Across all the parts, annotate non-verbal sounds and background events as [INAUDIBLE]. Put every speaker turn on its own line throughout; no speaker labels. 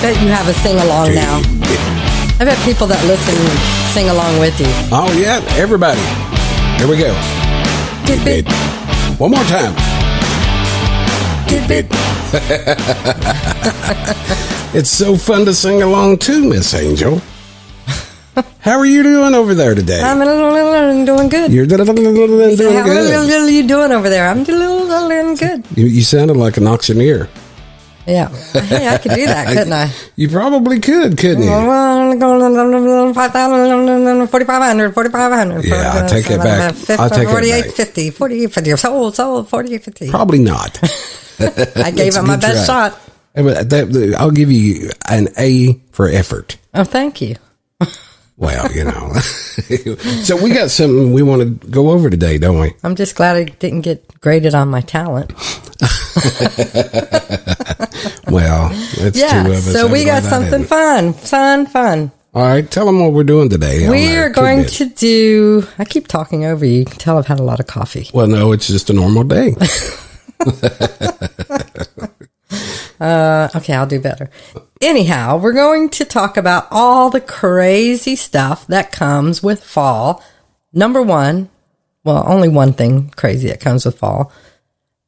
bet you have a sing along now. I bet people that listen sing along with you.
Oh yeah, everybody. Here we go. Dip it. One more time. Dip it. [LAUGHS] it's so fun to sing along too, Miss Angel. How are you doing over there today?
I'm a little, little, little doing good.
You're doing
He said, How little,
good.
little you doing over there? I'm a little, little, little good.
You, you sounded like an auctioneer.
Yeah. Hey, I could
[LAUGHS]
do that, couldn't I?
You probably could, couldn't you?
4,500, 4,500, 4,500.
Yeah, I'll take it back. I'll take it back.
4850, 4850. Sold, sold, 4850.
Probably not.
I gave
That's a
it my
good
best
try.
shot.
Hey, but that- I'll give you an A for effort.
Oh, thank you.
Well, you know. [LAUGHS] so we got something we want to go over today, don't we?
I'm just glad I didn't get graded on my talent.
Well, it's
Yeah,
two of us.
so we
Everybody
got
that
something
didn't.
fun, fun, fun.
All right, tell them what we're doing today. on
We
our
are going
tidbit.
to do. I keep talking over you. You can tell I've had a lot of coffee.
Well, no, it's just a normal
[LAUGHS]
day.
Uh, okay, I'll do better. Anyhow, we're going to talk about all the crazy stuff that comes with fall. Number one, well, only one thing crazy that comes with fall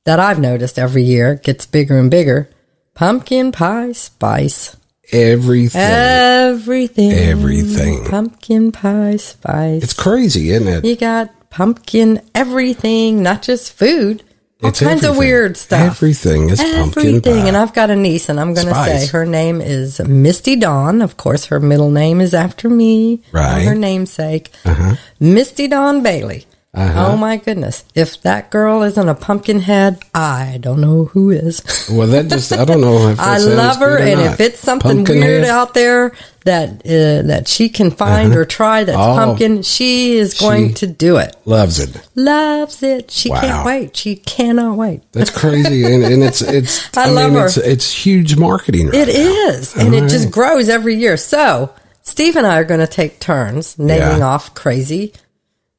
that I've noticed every year gets bigger and bigger pumpkin pie spice.
Everything.
Uh, Everything.
Everything.
Pumpkin pie spice.
it's crazy, isn't it?
You got pumpkin everything, not just food. All
It's
kinds of
everything.
weird stuff.
Everything is pumpkin
Everything.
pie.
And I've got a niece, and I'm going to
Spice.
say her name is Misty Dawn. Of course, her middle name is after me,
Right. Uh-huh.
her namesake, Misty Dawn Bailey. Oh my goodness! If that girl isn't a pumpkin head, I don't know who is.
well, that just, I don't know if that
[LAUGHS] I
sounds
love her,
good or
and
not.
if it's something
Pumpkin
weird
head?
out there that uh, that she can find or try that's
Oh.
pumpkin, she is going
She-
to do it
loves it.
loves it. She
Wow.
can't wait. She cannot wait.
That's crazy, and, and it's it's.
[LAUGHS] I love
mean,
her.
It's, it's huge marketing. Right
It is, and it just grows every year. So Steve and I are going to take turns naming
Yeah.
off crazy.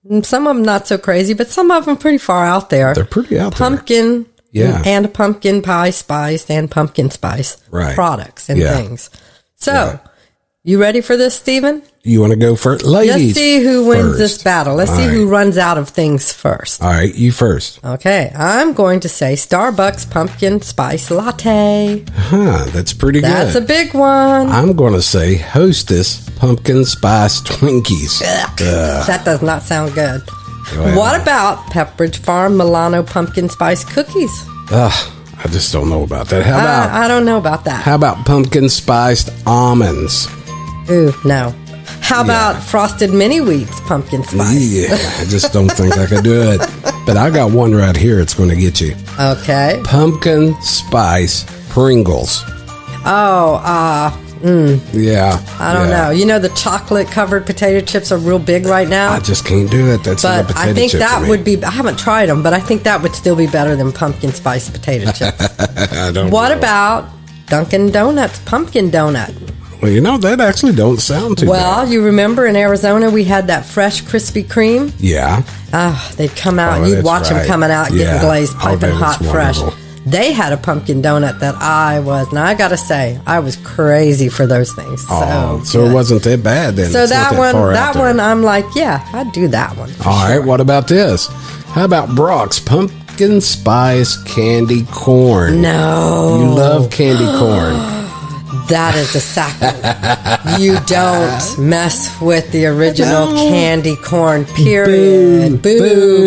And Some of them not so crazy, but some of them pretty far out there.
They're pretty out there.
pumpkin,
Yeah.
and pumpkin pie spice and pumpkin spice
Right.
products and
Yeah.
things. So, you ready for this, Stephen?
You want to go first, ladies?
Let's see who wins
first.
this battle. Let's see
All
who runs out of things first.
All right, you first.
Okay, I'm going to say Starbucks pumpkin spice latte.
Huh? That's pretty
That's
good.
a big one.
I'm going to say Hostess pumpkin spice Twinkies. Ah.
That does not sound good.
Well.
What about Pepperidge Farm Milano pumpkin spice cookies?
Ugh, I just don't know about that. How about
I, I don't know about that.
how about pumpkin spiced almonds?
Ooh, no. How about frosted mini wheats pumpkin spice?
Yeah, I just don't think I could do it. But I got one right here. It's going to get you
Okay.
pumpkin spice Pringles.
Oh, uh,
Yeah,
I don't know. You know the chocolate covered potato chips are real big right now.
I just can't do it. That's not a
but
potato
I think
chip for
that
me.
would be. I haven't tried them, but I think that would still be better than pumpkin
[LAUGHS]
spice potato chips.
[LAUGHS] I don't
What
know.
about Dunkin' Donuts pumpkin donut?
Well, you know that actually don't sound too
Well,
bad.
you remember in Arizona we had that fresh Krispy Kreme.
Yeah,
Oh, they'd come out
Oh,
and you'd
that's
watch them
right.
coming out,
Yeah.
getting glazed,
Oh,
piping
that was
hot, fresh.
wonderful.
They had a pumpkin donut that I was. Now I gotta say, I was crazy for those things.
oh,
so,
so it
good.
wasn't that bad then.
So
It's not
that one,
far out
that
there. Oh,
one, I'm like, yeah, I'd do that one.
All right, what about this? How about Brock's pumpkin spice candy corn?
No,
You love
[GASPS]
candy corn.
that is a sacrilege. you don't mess with the original candy corn. Period.
Boo,
Boo, boo,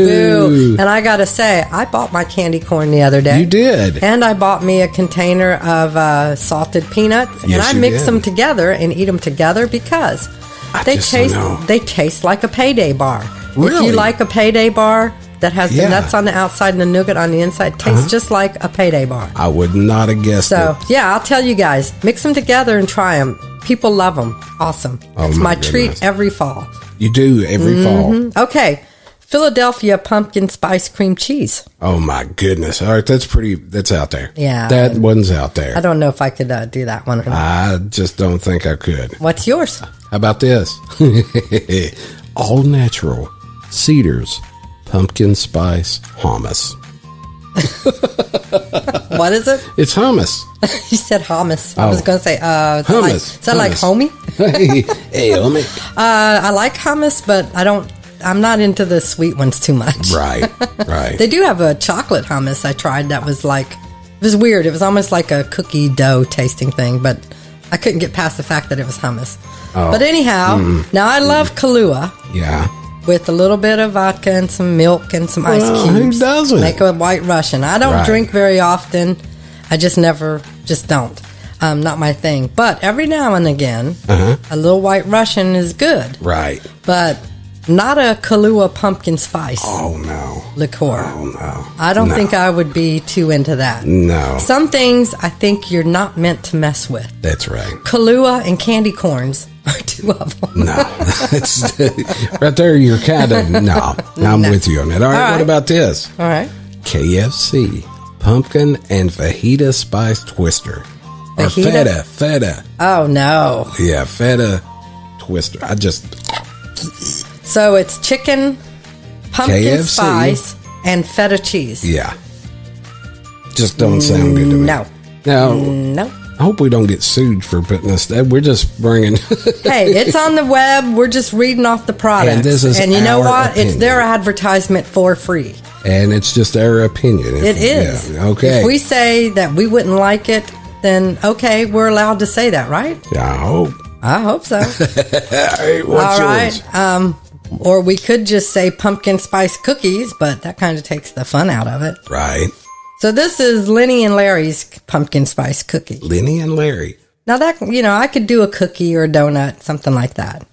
boo.
And I gotta say, I bought my candy corn the other day.
You did.
And I bought me a container of uh, salted peanuts, and
Yes,
I
you
mix
did.
them together and eat them together because
I
they
just
taste
know.
they taste like a payday bar. If
Really?
you like a payday bar that has
Yeah. Uh-huh.
the nuts on the outside and the nougat on the inside, it tastes just like a payday bar.
I would not have guessed
So
it.
yeah, I'll tell you guys, mix them together and try them. People love them. Awesome.
Oh,
it's
my
my,
goodness.
treat every fall.
You do every
Mm-hmm.
fall.
Okay, Philadelphia pumpkin spice cream cheese.
Oh my goodness! All right, that's pretty. That's out there.
Yeah.
that one's out there.
I don't know if I could uh, do that one. Or not.
I just don't think I could.
What's yours?
How about this? [LAUGHS] All natural cedars, pumpkin spice hummus.
what is it? [LAUGHS]
It's hummus. [LAUGHS]
you said hummus. I was
Oh.
going to say uh, is that Like,
Hummus.
is that like
Hummus.
homie?
hey, hey, let me.
Uh, I like hummus, but I don't. I'm not into the sweet ones too much.
Right, right.
They do have a chocolate hummus I tried that was like it was weird. It was almost like a cookie dough tasting thing, but I couldn't get past the fact that it was hummus.
Oh.
But anyhow,
Mm.
now I love Kahlua
yeah.
with a little bit of vodka and some milk and some ice
Well, who
cubes.
doesn't?
Make a white Russian. I don't
Right.
drink very often. I just never, just don't. Um, not my thing. But every now and again, a little white Russian is good.
uh-huh. Right.
But not a Kahlua pumpkin spice
Oh no.
liqueur.
Oh no.
I don't
No.
think I would be too into that.
No.
Some things I think you're not meant to mess with.
That's right.
Kahlua and candy corns [LAUGHS] are two of them.
No, [LAUGHS] it's right there. You're kind of
[LAUGHS]
no. I'm
No.
with you on that. All right,
right.
What about this?
All right.
KFC pumpkin and fajita spice twister or
Fajita?
feta feta.
Oh no.
Yeah, feta twister. I just
So it's chicken, pumpkin
KFC.
spice, and feta cheese.
yeah, just don't sound good to me.
No.
Now
No.
I hope we don't get sued for putting this. that- We're just bringing. [LAUGHS]
Hey, it's on the web. We're just reading off the products.
And this is
And you know
our
what? It's
opinion.
their advertisement for free.
and it's just our opinion.
It is.
Yeah, okay.
If we say that we wouldn't like it, then okay, we're allowed to say that, right?
I hope.
I hope so.
All right. What's
All
yours?
right. Um, or we could just say pumpkin spice cookies, but that kind of takes the fun out of it.
Right.
So this is Lenny and Larry's pumpkin spice cookie.
Lenny and Larry.
Now that you know, I could do a cookie or a donut, something like that.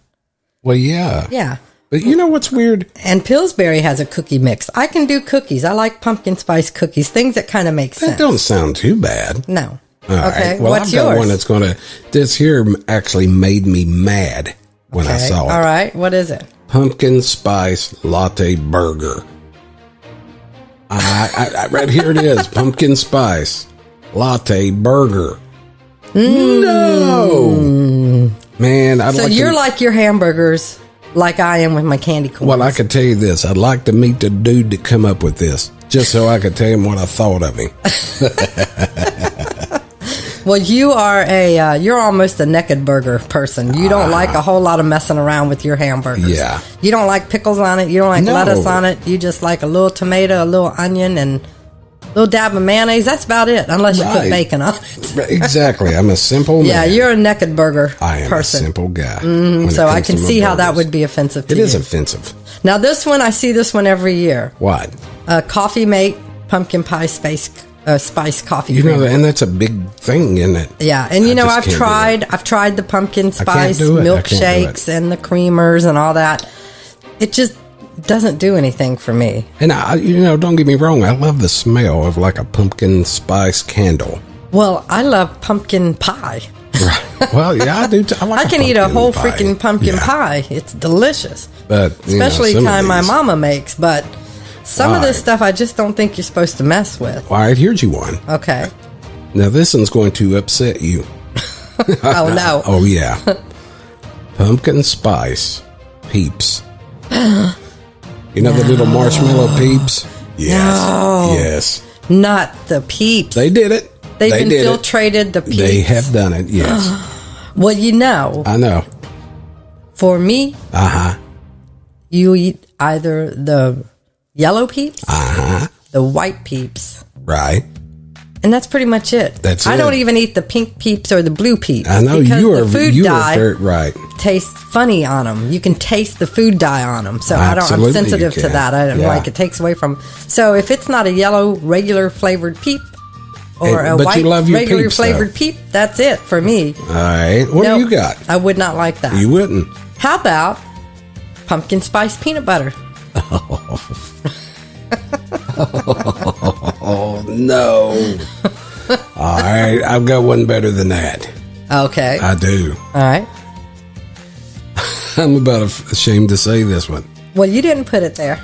Well, yeah.
Yeah.
But you know what's weird?
And Pillsbury has a cookie mix. I can do cookies. I like pumpkin spice cookies, things that kind of make
That
sense.
don't sound too bad.
No.
All right.
okay.
Well,
What's
I've got
yours?
one that's going to. This here actually made me mad when I
okay.
saw it.
All right. What is it?
Pumpkin spice latte burger. I, I, I, right here it is. Pumpkin spice latte burger. No, man. I'd
So
like
you're
to,
like your hamburgers, like I am with my candy corn.
Well, I could tell you this. I'd like to meet the dude that come up with this, just so I could tell him what I thought of
[LAUGHS]
him.
Well, you are a uh, you're almost a naked burger person. You don't like a whole lot of messing around with your hamburgers.
Ah. Yeah.
you don't like pickles on it. You don't like
No.
lettuce on it. You just like a little tomato, a little onion, and a little dab of mayonnaise. That's about it, unless you put
Right. [LAUGHS]
bacon on it.
exactly. I'm a simple man.
yeah, you're a naked burger
I am
person. Mm-hmm.
a simple guy. when it
so I
comes
can
to my
see how that
burgers.
would be offensive to
It
you.
is offensive.
Now this one, I see this one every year.
What?
Uh, coffee mate pumpkin pie space uh, spice coffee.
You
cream.
know, and that's a big thing, isn't it?
Yeah, and you
I
know
just
I've
can't do
tried I've tried the pumpkin spice
do it. I can't do
milkshakes and the creamers and all that. It just doesn't do anything for me.
And I, you know, don't get me wrong. I love the smell of like a pumpkin spice candle.
Well, I love pumpkin pie.
Right. [LAUGHS] well, yeah, I do. T- I, like
I can eat a
pumpkin
whole
pie.
freaking pumpkin
Yeah.
pie. It's delicious,
But you know,
especially
some of
kind my
these-
mama makes. But some of this
Right.
stuff I just don't think you're supposed to mess with.
All right, here's you one.
Okay.
Now this one's going to upset you. [LAUGHS]
Oh no.
Oh yeah,
[LAUGHS]
pumpkin spice peeps. You know the
[GASPS]
little marshmallow peeps. Yes,
No.
yes,
Not the peeps.
they did it.
They've
they did it.
infiltrated the peeps.
They have done it.
[GASPS]
Yes,
Well, you know,
I know.
for me,
Uh huh.
you eat either the yellow peeps,
Uh huh.
the white peeps,
Right.
and that's pretty much it.
That's
I
it.
don't even eat the pink peeps or the blue peeps.
I know
because
you are.
The food
you
dye
are very, right.
tastes funny on them. You can taste the food dye on them, so I don't.
Absolutely,
I'm sensitive
you
to
can.
that. I don't
Yeah.
like it takes away from. So if it's not a yellow regular flavored peep or
Hey,
a
but you
white
love your
regular
peeps, though.
flavored peep, that's it for me.
All right. What
No,
do you got?
I would not like that.
You wouldn't.
How about pumpkin spice peanut butter?
Oh
[LAUGHS]
no. All right. I've got one better than that.
Okay.
I do.
All right.
I'm about af- ashamed to say this one.
Well, you didn't put it there.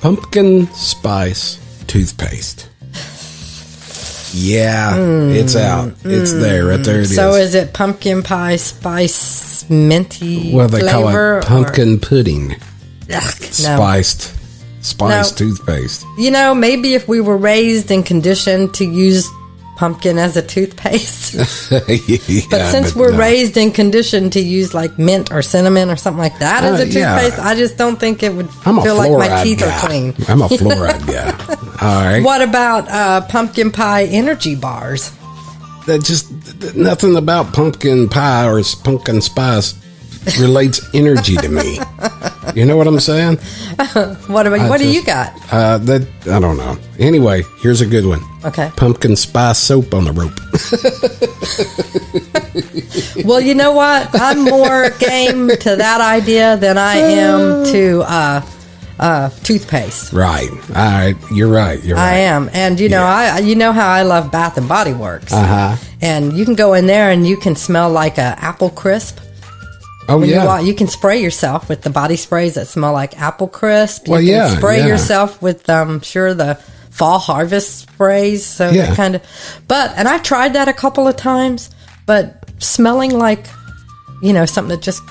Pumpkin spice toothpaste. Yeah, it's out. It's there. Right there. It is.
Mm. So is it pumpkin pie spice minty
Well, they call
flavor?
it pumpkin pudding
or, Ugh, no.
spiced spiced toothpaste. [LAUGHS]
You know, maybe if we were raised and conditioned to use pumpkin as a toothpaste. [LAUGHS]
Yeah,
But since we're
no.
raised and conditioned to use like mint or cinnamon or something like that as
Uh,
a
yeah.
toothpaste, I just don't think it would
I'm a
feel like
fluoride
my teeth
guy.
are clean.
I'm a
[LAUGHS]
fluoride guy. All right.
What about uh, pumpkin pie energy bars?
That just th- th- nothing about pumpkin pie or s- pumpkin spice relates energy to
[LAUGHS]
me. You know what I'm saying?
What about what do
just-
you got?
Uh, that I don't know. Anyway, here's a good one.
Okay.
Pumpkin spice soap on the rope.
Well, you know what?
[LAUGHS]
I'm more game to that idea than I am to uh, uh, toothpaste.
right. All right. You're right. You're
I
right.
am, and you know,
Yeah.
I you know how I love Bath and Body Works,
Uh huh.
and you can go in there and you can smell like a apple crisp.
Oh
When you,
yeah.
walk, you can spray yourself with the body sprays that smell like apple crisp. You
Well,
can
yeah,
spray
yeah.
yourself with, um, sure, the fall harvest sprays. So
Yeah.
that kind of, but, and I tried that a couple of times, but smelling like, you know, something that just,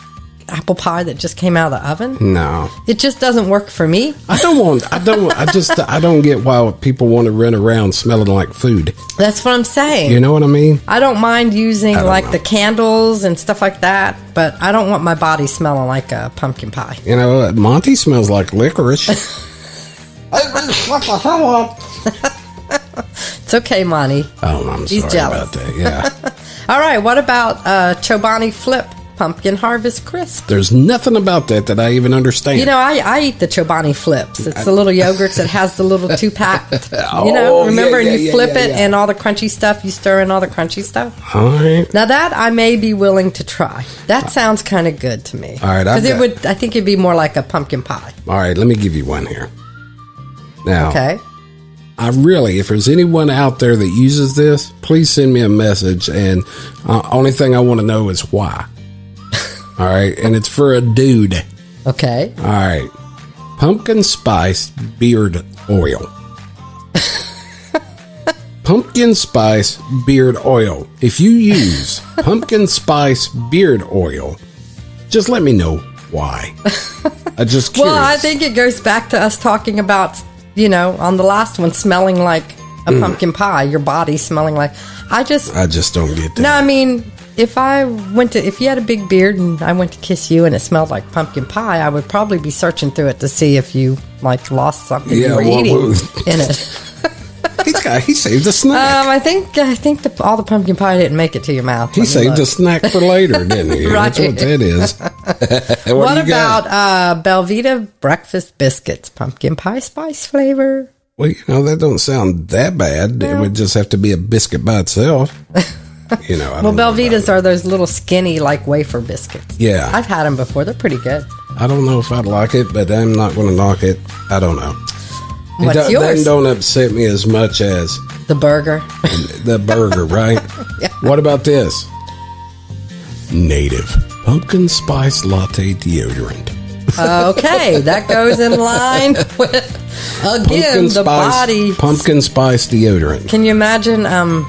apple pie that just came out of the oven,
No.
it just doesn't work for me.
I don't want. I don't. I just. I don't get why people want to run around smelling like food.
That's what I'm saying.
You know what I mean?
I don't mind using
don't
like
know.
the candles and stuff like that, but I don't want my body smelling like a pumpkin pie.
You know, uh, Monty smells like
[LAUGHS]
licorice. what the hell?
It's okay, Monty.
Oh, I'm
He's
sorry
jealous.
about that.
[LAUGHS]
Yeah,
All right, what about uh, Chobani Flip Pumpkin Harvest Crisp?
there's nothing about that that I even understand.
You know, I, I eat the Chobani Flips. It's the little yogurts that has the little two
[LAUGHS]
pack. You know,
Oh,
remember,
yeah,
and you
yeah,
flip
yeah,
it
yeah.
and all the crunchy stuff, you stir in all the crunchy stuff.
all right.
Now, that I may be willing to try. That sounds kind of good to me.
Uh, All right, I've
Because it
got-
would, I think it'd be more like a pumpkin pie.
All right, let me give you one here. Now,
Okay.
I really, if there's anyone out there that uses this, please send me a message. And uh, only thing I want to know is
[LAUGHS]
why. All right, and it's for a dude. All
Okay.
right, pumpkin spice beard
[LAUGHS]
oil. pumpkin spice beard oil. If you use pumpkin spice beard oil, just let me know
[LAUGHS]
why. I just curious.
Well, I think it goes back to us talking about, you know, on the last one, smelling like a
Mm.
pumpkin pie, your body smelling like. I just.
I just don't get that.
No, I mean, if I went to, if you had a big beard and I went to kiss you and it smelled like pumpkin pie, I would probably be searching through it to see if you like lost something
Yeah,
you were
what
eating
was-
in it.
He's got, he saved a snack.
[LAUGHS] Um, I think I think the, all the pumpkin pie didn't make it to your mouth.
he
Let me
saved
look.
a snack for
[LAUGHS]
later, didn't he? That's
Right.
what that
[LAUGHS]
is. [LAUGHS] what
What
do you got?
about uh, Belvita breakfast biscuits, pumpkin pie spice flavor?
Well, you know that don't sound that bad. It would just have to be a biscuit by
[LAUGHS]
itself. You know. I
Well,
don't know about-
Belvitas are those little skinny like wafer biscuits.
Yeah.
I've had them before. They're pretty good.
I don't know if I'd like it, but I'm not going to knock it. I don't know.
What's
it do-
yours?
That don't upset me as much as
The burger.
the
[LAUGHS]
burger, right? What about this? Native pumpkin spice latte deodorant.
okay, that goes in line [LAUGHS] with again the body.
pumpkin spice deodorant.
Can you imagine um,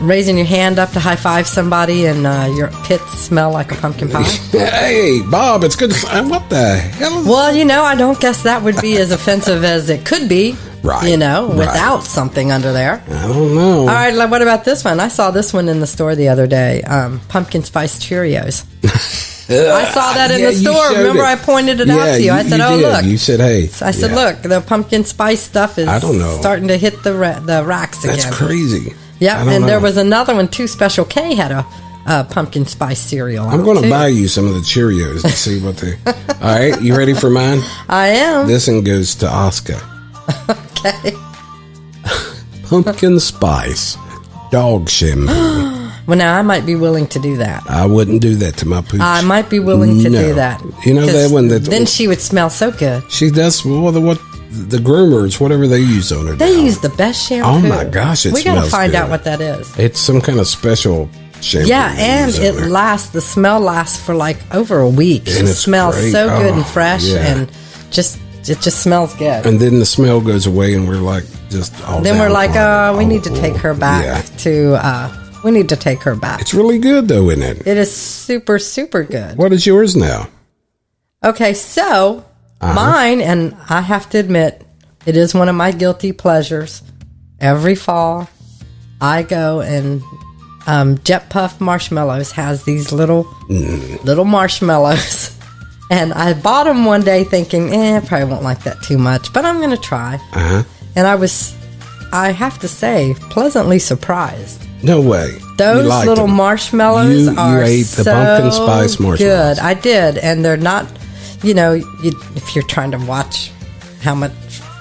raising your hand up to high five somebody and uh, your pits smell like a
[LAUGHS]
pumpkin pie?
Hey, Bob, it's good. To, uh, what the hell? Is,
well, you know, I don't guess that would be as offensive as it could be.
Right,
You know,
right.
without something under there.
I don't know.
All right, like, what about this one? I saw this one in the store the other day. Um, pumpkin spice
[LAUGHS]
Cheerios. I saw that in
Yeah,
the
you
store.
showed
Remember, I pointed it out
Yeah,
to you. I said, "Oh,
did.
look."
You said, "Hey."
I said,
Yeah.
"Look, the pumpkin spice stuff is
I don't know.
starting to hit the ra- the racks again."
that's crazy." I
Yeah,
don't
and there
know.
was another one too. Special K had a, uh pumpkin spice cereal.
I'm going to buy you some of the Cheerios to see what they. [LAUGHS] All right, you ready for mine?
I am
This one goes to Oscar.
okay.
Pumpkin spice dog shampoo.
[LAUGHS] Well, now I might be willing to do that.
I wouldn't do that to my pooch.
I might be willing to do
No.
that.
You know
'Cause
that one that
Then she would smell so good.
she does. Well, the, what the groomers, whatever they use on her.
They
now.
use the best shampoo.
Oh my gosh, it
we gotta
smells
find out
good.
what that is.
It's some kind of special shampoo.
Yeah,
they
and
use on
it
there.
lasts. The smell lasts for like over a week.
And
it
it's
smells
great.
so good
Oh,
and fresh,
yeah.
and just it just smells good.
and then the smell goes away, and we're like just all.
then
down
we're like,
on it.
uh, we need to
Oh,
take her back
yeah.
to. Uh, we need to take her back.
It's really good though, isn't it?
It is super super good.
What is yours now?
Okay, so mine, and I have to admit, it is one of my guilty pleasures. Every fall, I go and um, Jet Puff Marshmallows has these little little marshmallows, [LAUGHS] and I bought them one day thinking, eh, I probably won't like that too much, but I'm gonna try.
Uh huh.
And I was, I have to say, pleasantly surprised.
No way.
Those
You liked
little
them.
marshmallows
You- you
are
ate the
so
pumpkin spice marshmallows.
Good, I did, and they're not. You know, you, if you're trying to watch how much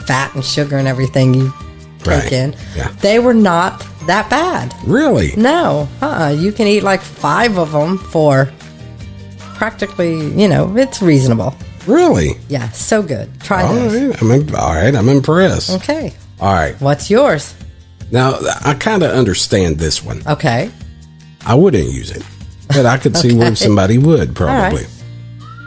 fat and sugar and everything you take
Right.
in,
Yeah.
they were not that bad.
Really?
No, uh-uh. you can eat like five of them for practically. You know, it's reasonable.
Really?
Yeah, so good. Try
All
those.
right. I'm imp- all right. I'm impressed.
Okay,
All right.
what's yours?
Now I kind of understand this one.
Okay,
I wouldn't use it, but I could see where somebody would probably.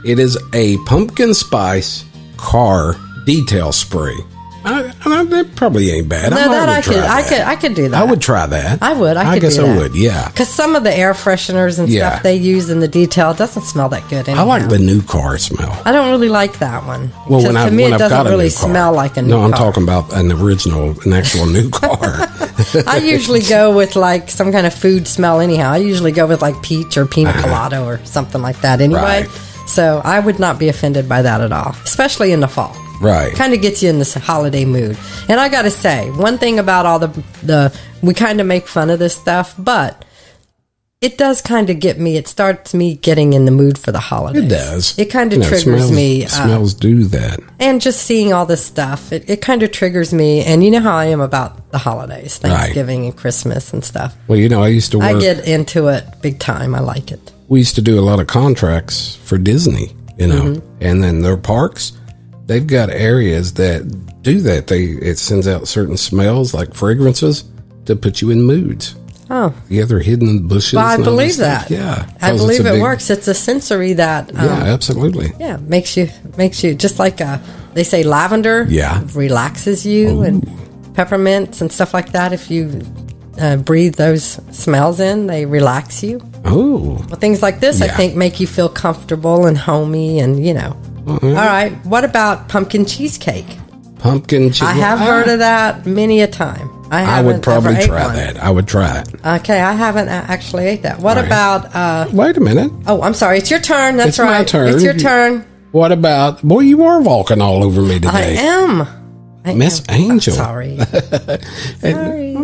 It is a pumpkin spice car detail spray. I, I, don't- that probably ain't bad. I
no,
might
that
would
I could,
try
I
that.
could, I could do that.
I would try that.
I would. I could do
guess I
that.
would. Yeah.
Because some of the air fresheners and
Yeah.
stuff they use in the detail doesn't smell that good.
I
Anyhow.
like the new car smell.
I don't really like that one.
Well,
'Cause
when
to
I
me,
when
it
I've
doesn't
got a
really
new car.
smell like a new
no, I'm
car.
talking about an original, an actual
[LAUGHS]
new car. [LAUGHS]
I usually go with like some kind of food smell. Anyhow, I usually go with like peach or pina colada or something like that. Anyway,
Uh-huh. Right.
so I would not be offended by that at all, especially in the fall.
right.
Kind of gets you in this holiday mood. And I got to say, one thing about all the the we kind of make fun of this stuff, but it does kind of get me. It starts me getting in the mood for the holidays.
It does.
It kind
You
of
know,
triggers
smells-
me. Uh,
Smells do that.
and just seeing all this stuff, it, it kind of triggers me. And you know how I am about the holidays, Thanksgiving and Christmas and stuff.
Well, you know, I used to work.
I get into it big time. I like it.
we used to do a lot of contracts for Disney, you know,
Mm-hmm.
and then their parks, they've got areas that do that. They it sends out certain smells like fragrances to put you in moods.
Oh,
Yeah, they're hidden in bushes.
well, I
and all
believe
stuff.
that.
Yeah,
I
'cause it's
believe
a
it
big-
works. It's a sensory that, um,
Yeah,
yeah.
absolutely.
makes you makes you just like uh they say lavender,
Yeah.
relaxes you and peppermints and stuff like that. If you uh, breathe those smells in, they relax you.
Oh,
Well, things like this, I
Yeah.
think, make you feel comfortable and homey, and you know.
Mm-hmm.
All right, what about pumpkin cheesecake?
pumpkin. Cheese.
I have heard of that many a time. I,
I
haven't
would probably
ever ate
try
one.
that. I would try it.
Okay, I haven't a- actually ate that. What
All right.
about? Uh,
Wait a minute.
oh, I'm sorry. It's your turn. That's
It's my
right.
turn.
It's your turn.
What about boy? You are walking all over me
I
today,
am
Miss Angel. [LAUGHS]
sorry. sorry.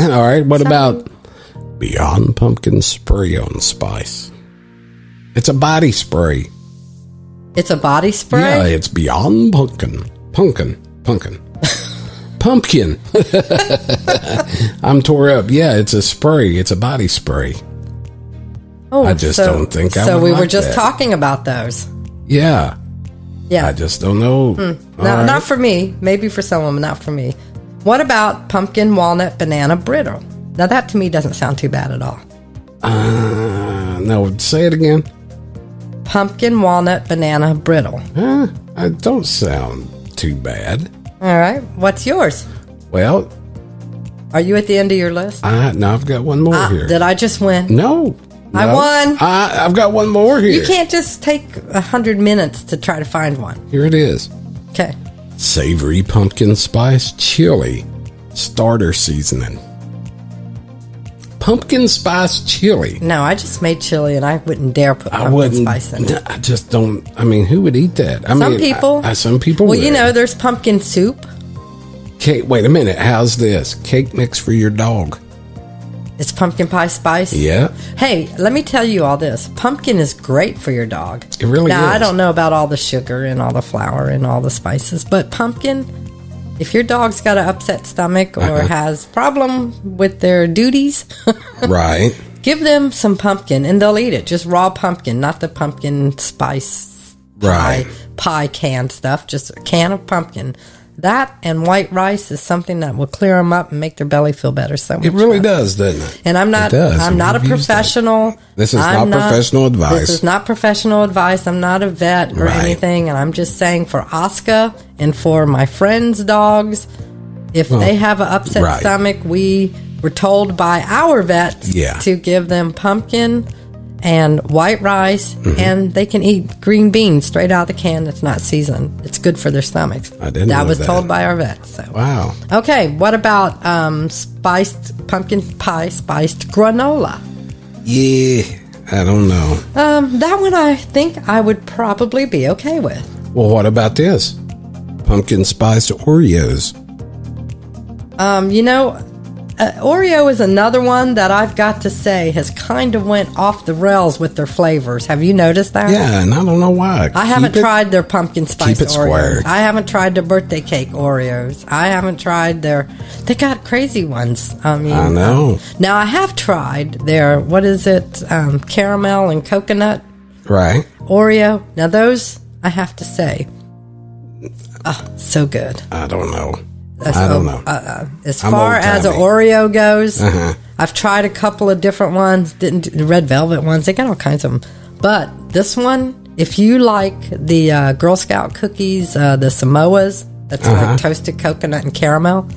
All right. What about Beyond Pumpkin Spray on Spice? It's a body spray.
It's a body spray.
Yeah, it's Beyond Pumpkin. Pumpkin. Pumpkin. [LAUGHS] pumpkin. [LAUGHS] I'm tore up. Yeah, it's a spray. It's a body spray.
oh,
I just don't think I
so.
would
we were
like
just
that.
talking about those.
Yeah.
Yeah,
I just don't know. All
not,
right.
not for me. Maybe for someone, but not for me. What about pumpkin walnut banana brittle? Now that to me doesn't sound too bad at all.
Uh, no, say it again.
Pumpkin walnut banana brittle.
Huh? I don't sound too bad.
All right, what's yours?
Well,
Are you at the end of your list?
I now I've got one more
Ah,
here.
did I just win?
No.
I
No.
won.
I, I've got one more here.
You can't just take a hundred minutes to try to find one.
Here it is.
Okay.
Savory pumpkin spice chili starter seasoning. Pumpkin spice chili.
No, I just made chili and I wouldn't dare put
I
pumpkin
wouldn't.
spice in it.
I just don't. I mean, who would eat that? I
Some
mean,
people.
I- I- some people.
Well,
would.
you know, there's pumpkin soup.
Cake, wait a minute. How's this cake mix for your dog?
It's pumpkin pie spice.
Yeah.
Hey, let me tell you all this. Pumpkin is great for your dog.
It really
now, I
is.
don't know about all the sugar and all the flour and all the spices, but pumpkin, if your dog's got an upset stomach or
Uh-uh.
has problem with their duties, [LAUGHS]
Right.
give them some pumpkin and they'll eat it. Just raw pumpkin, not the pumpkin spice
Right.
pie, pie canned stuff, just a can of pumpkin. That and white rice is something that will clear them up and make their belly feel better. So
It really does, doesn't it?
and I'm not.
It does,
I'm
and
not a
we've used that.
professional.
This is
I'm
not professional advice.
This is not professional advice. I'm not a vet or
Right.
anything, and I'm just saying for Oscar and for my friends' dogs, if they have an upset
right.
stomach, we were told by our vets
Yeah.
to give them pumpkin and white rice,
Mm-hmm.
and they can eat green beans straight out of the can that's not seasoned. It's good for their stomachs.
I didn't
That
know
was
that.
told by our vet. So,
Wow.
okay, what about um, spiced pumpkin pie, spiced granola?
Yeah. I don't know.
Um, that one I think I would probably be okay with.
Well, what about this? Pumpkin spiced Oreos.
Um, you know, uh, Oreo is another one that I've got to say has kind of went off the rails with their flavors. Have you noticed that?
Yeah, and I don't know why.
I
Keep
haven't
it-
tried their pumpkin spice
it
Oreos.
square.
I haven't tried their birthday cake Oreos. I haven't tried their. They got crazy ones. I mean,
I know.
now I have tried their what is it? Um, caramel and coconut
Right.
Oreo. Now those I have to say, oh, so good.
I don't know.
That's-
I don't
oh,
know.
As
I'm
far as an
old-timey. Uh-huh.
Oreo goes, I've tried a couple of different ones. Didn't do the red velvet ones. They got all kinds of them. But this one, if you like the uh, Girl Scout cookies, uh, the Samoas, that's
Uh-huh.
like toasted coconut and caramel.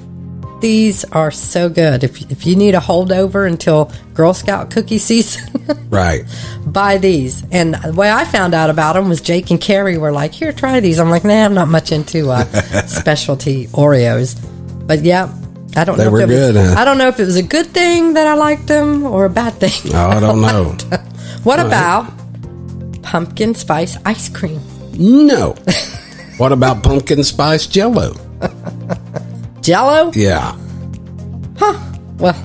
These are so good. If, if you need a holdover until Girl Scout cookie season, [LAUGHS]
right.
buy these. And the way I found out about them was Jake and Carrie were like, "Here, try these." I'm like, "Nah, I'm not much
[LAUGHS]
into uh, specialty Oreos," but yeah, I don't
They
know.
were
if it
good,
was,
huh?
I don't know if it was a good thing that I liked them or a bad
[LAUGHS]
thing.
Oh, I don't
[LAUGHS]
know.
what about pumpkin spice ice cream?
no. What about pumpkin spice jello?
Jello?
Yeah.
Well,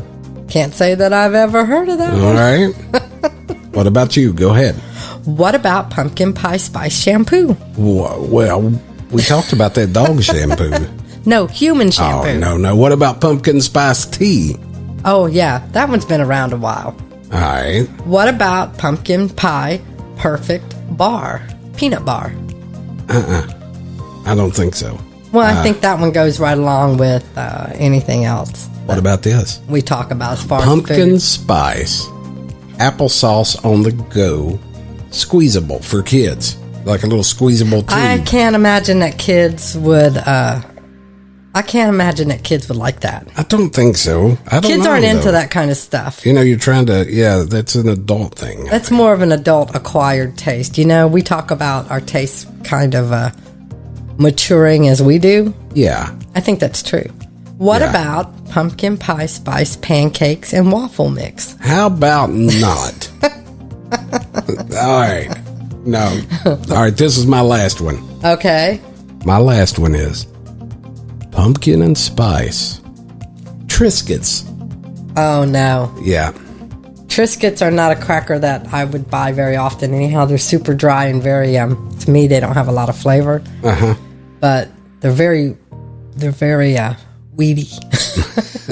can't say that I've ever heard of that.
All right. What about you? Go ahead.
What about pumpkin pie spice shampoo?
Wha- Well, we talked about that
[LAUGHS]
dog shampoo.
No, human shampoo.
Oh, no, no. What about pumpkin spice tea?
oh yeah, that one's been around a while.
All right.
What about pumpkin pie perfect bar? Peanut bar.
I don't think so.
Well,
Uh,
I think that one goes right along with uh, anything else
What about this?
we talk about as far
Pumpkin
as
spice applesauce on the go, squeezable for kids, like a little squeezable tube.
food. I can't imagine that kids would. Uh, I can't imagine that kids would like that.
I don't think so. I don't.
Kids
know,
aren't into
though.
that kind of stuff.
You know, you're trying to. Yeah, that's an adult thing.
That's more of an adult acquired taste. You know, we talk about our tastes kind of uh, maturing as we do.
yeah.
I think that's true. What
Yeah.
about pumpkin pie spice pancakes and waffle mix?
How about
[LAUGHS]
not? All right. No. All right. This is my last one.
Okay.
My last one is pumpkin and spice triscuits.
Oh no.
Yeah.
Triscuits are not a cracker that I would buy very often. Anyhow, they're super dry and very um to me they don't have a lot of flavor.
Uh-huh.
But they're very they're very uh
[LAUGHS]
weedy.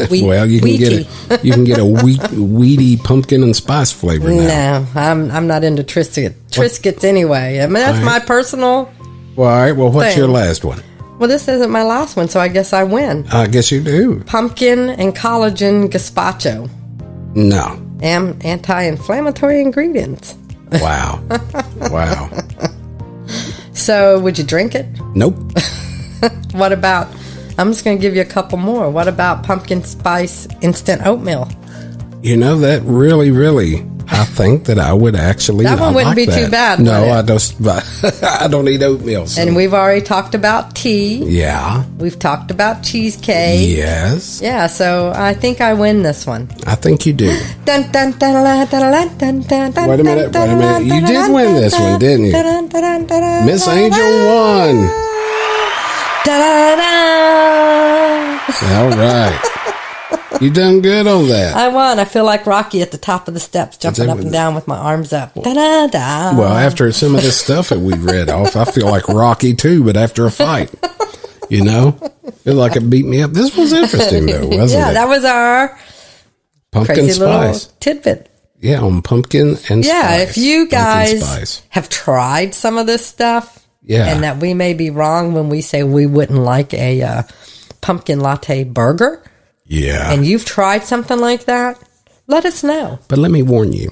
Wheat-
Well, you can
wheaty.
get a, you can get a wheat, weedy pumpkin and spice flavor now.
No, I'm I'm not into Triscuit Triscuits anyway. I mean that's my personal
Well, all right. Well, what's
Thing.
your last one?
well this isn't my last one, so I guess I win.
I guess you do.
Pumpkin and collagen gazpacho.
No.
Am anti inflammatory ingredients. [LAUGHS]
Wow. wow.
So would you drink it?
Nope.
What about? I'm just going to give you a couple more. What about pumpkin spice instant oatmeal?
You know that really, really. I think that I would actually.
That one
I
wouldn't
like
be too
that.
bad, would
No,
it?
I don't. [LAUGHS] I don't eat oatmeal. so-
And we've already talked about tea.
yeah.
We've talked about cheesecake. Yeah.
Yes.
so I think I win this one.
I think you do.
Dun, dun, dun, la, dun, la, dun, dun, dun,
Wait a minute,
dun,
wait a
dun,
minute. You
dun,
did
dun,
win
dun,
this
dun,
one, didn't you?
dun, dun, dun, dun, dun,
Miss
dun,
Angel
[LAUGHS] dun,
won.
dun, dun, dun.
All right. You done good on that.
I won. I feel like Rocky at the top of the steps, jumping
that
up and
was-
down with my arms up. Da-da-da.
Well, after some of this stuff that we read off, I feel like Rocky too, but after a fight, you know, it's like it beat me up. This was interesting though, wasn't
yeah,
it?
that was our
pumpkin
crazy
spice.
little tidbit.
Yeah, on pumpkin and
Yeah,
spice.
if you
Pumpkin
guys
spice.
have tried some of this stuff,
Yeah.
and that we may be wrong when we say we wouldn't like a uh, pumpkin latte burger,
yeah,
and you've tried something like that, let us know.
but let me warn
[LAUGHS]
you.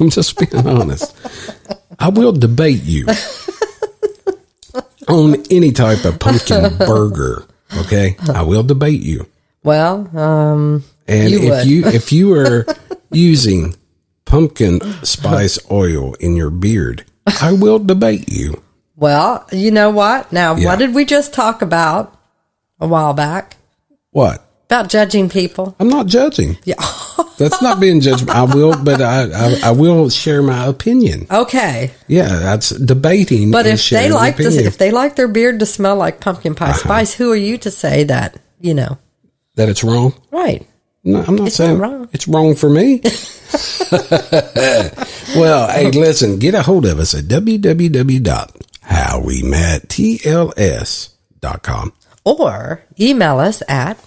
I'm just being honest. I will debate you on any type of
[LAUGHS]
pumpkin burger. Okay, I will debate you.
Well, um,
And
You
if
would. [LAUGHS]
you if you are using pumpkin spice oil in your beard, I will debate you.
Well, you know what? Now,
Yeah.
what did we just talk about a while back?
What?
About judging people.
I'm not judging.
Yeah. [LAUGHS]
That's not being judgment. I will, but I, I, I will share my opinion.
okay.
Yeah, that's debating.
But
is
if they
sharing
like this,
opinion. Uh-huh.
if they like their beard to smell like pumpkin pie spice, who are you to say that? You know,
that it's wrong,
right?
no, I'm not saying
wrong.
it's wrong for me.
[LAUGHS]
[LAUGHS] well, hey, listen, get a hold of us at www.howwemettls.com.
Or email us at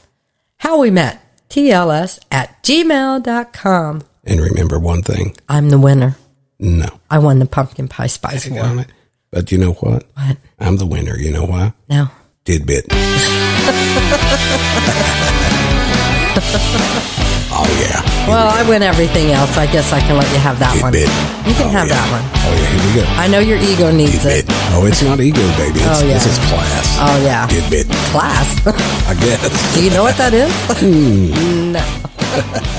how we met tls at gmail.com.
And remember one thing
I'm the winner.
no.
I won the pumpkin pie spice award.
Got it? But you know what?
What?
I'm the winner. You know why?
No. [LAUGHS]
Tidbit. oh, yeah.
Well, I win everything else. I guess I can let you have that one.
Tidbit.
You can
Oh,
have
yeah.
that one.
Oh, yeah. Here we go.
I know your ego needs
Tidbit.
it.
Oh, it's not ego, baby. It's,
Oh, yeah.
This is class.
Oh, yeah.
Tidbit,
Class. [LAUGHS]
I guess.
Do you know what that is? no.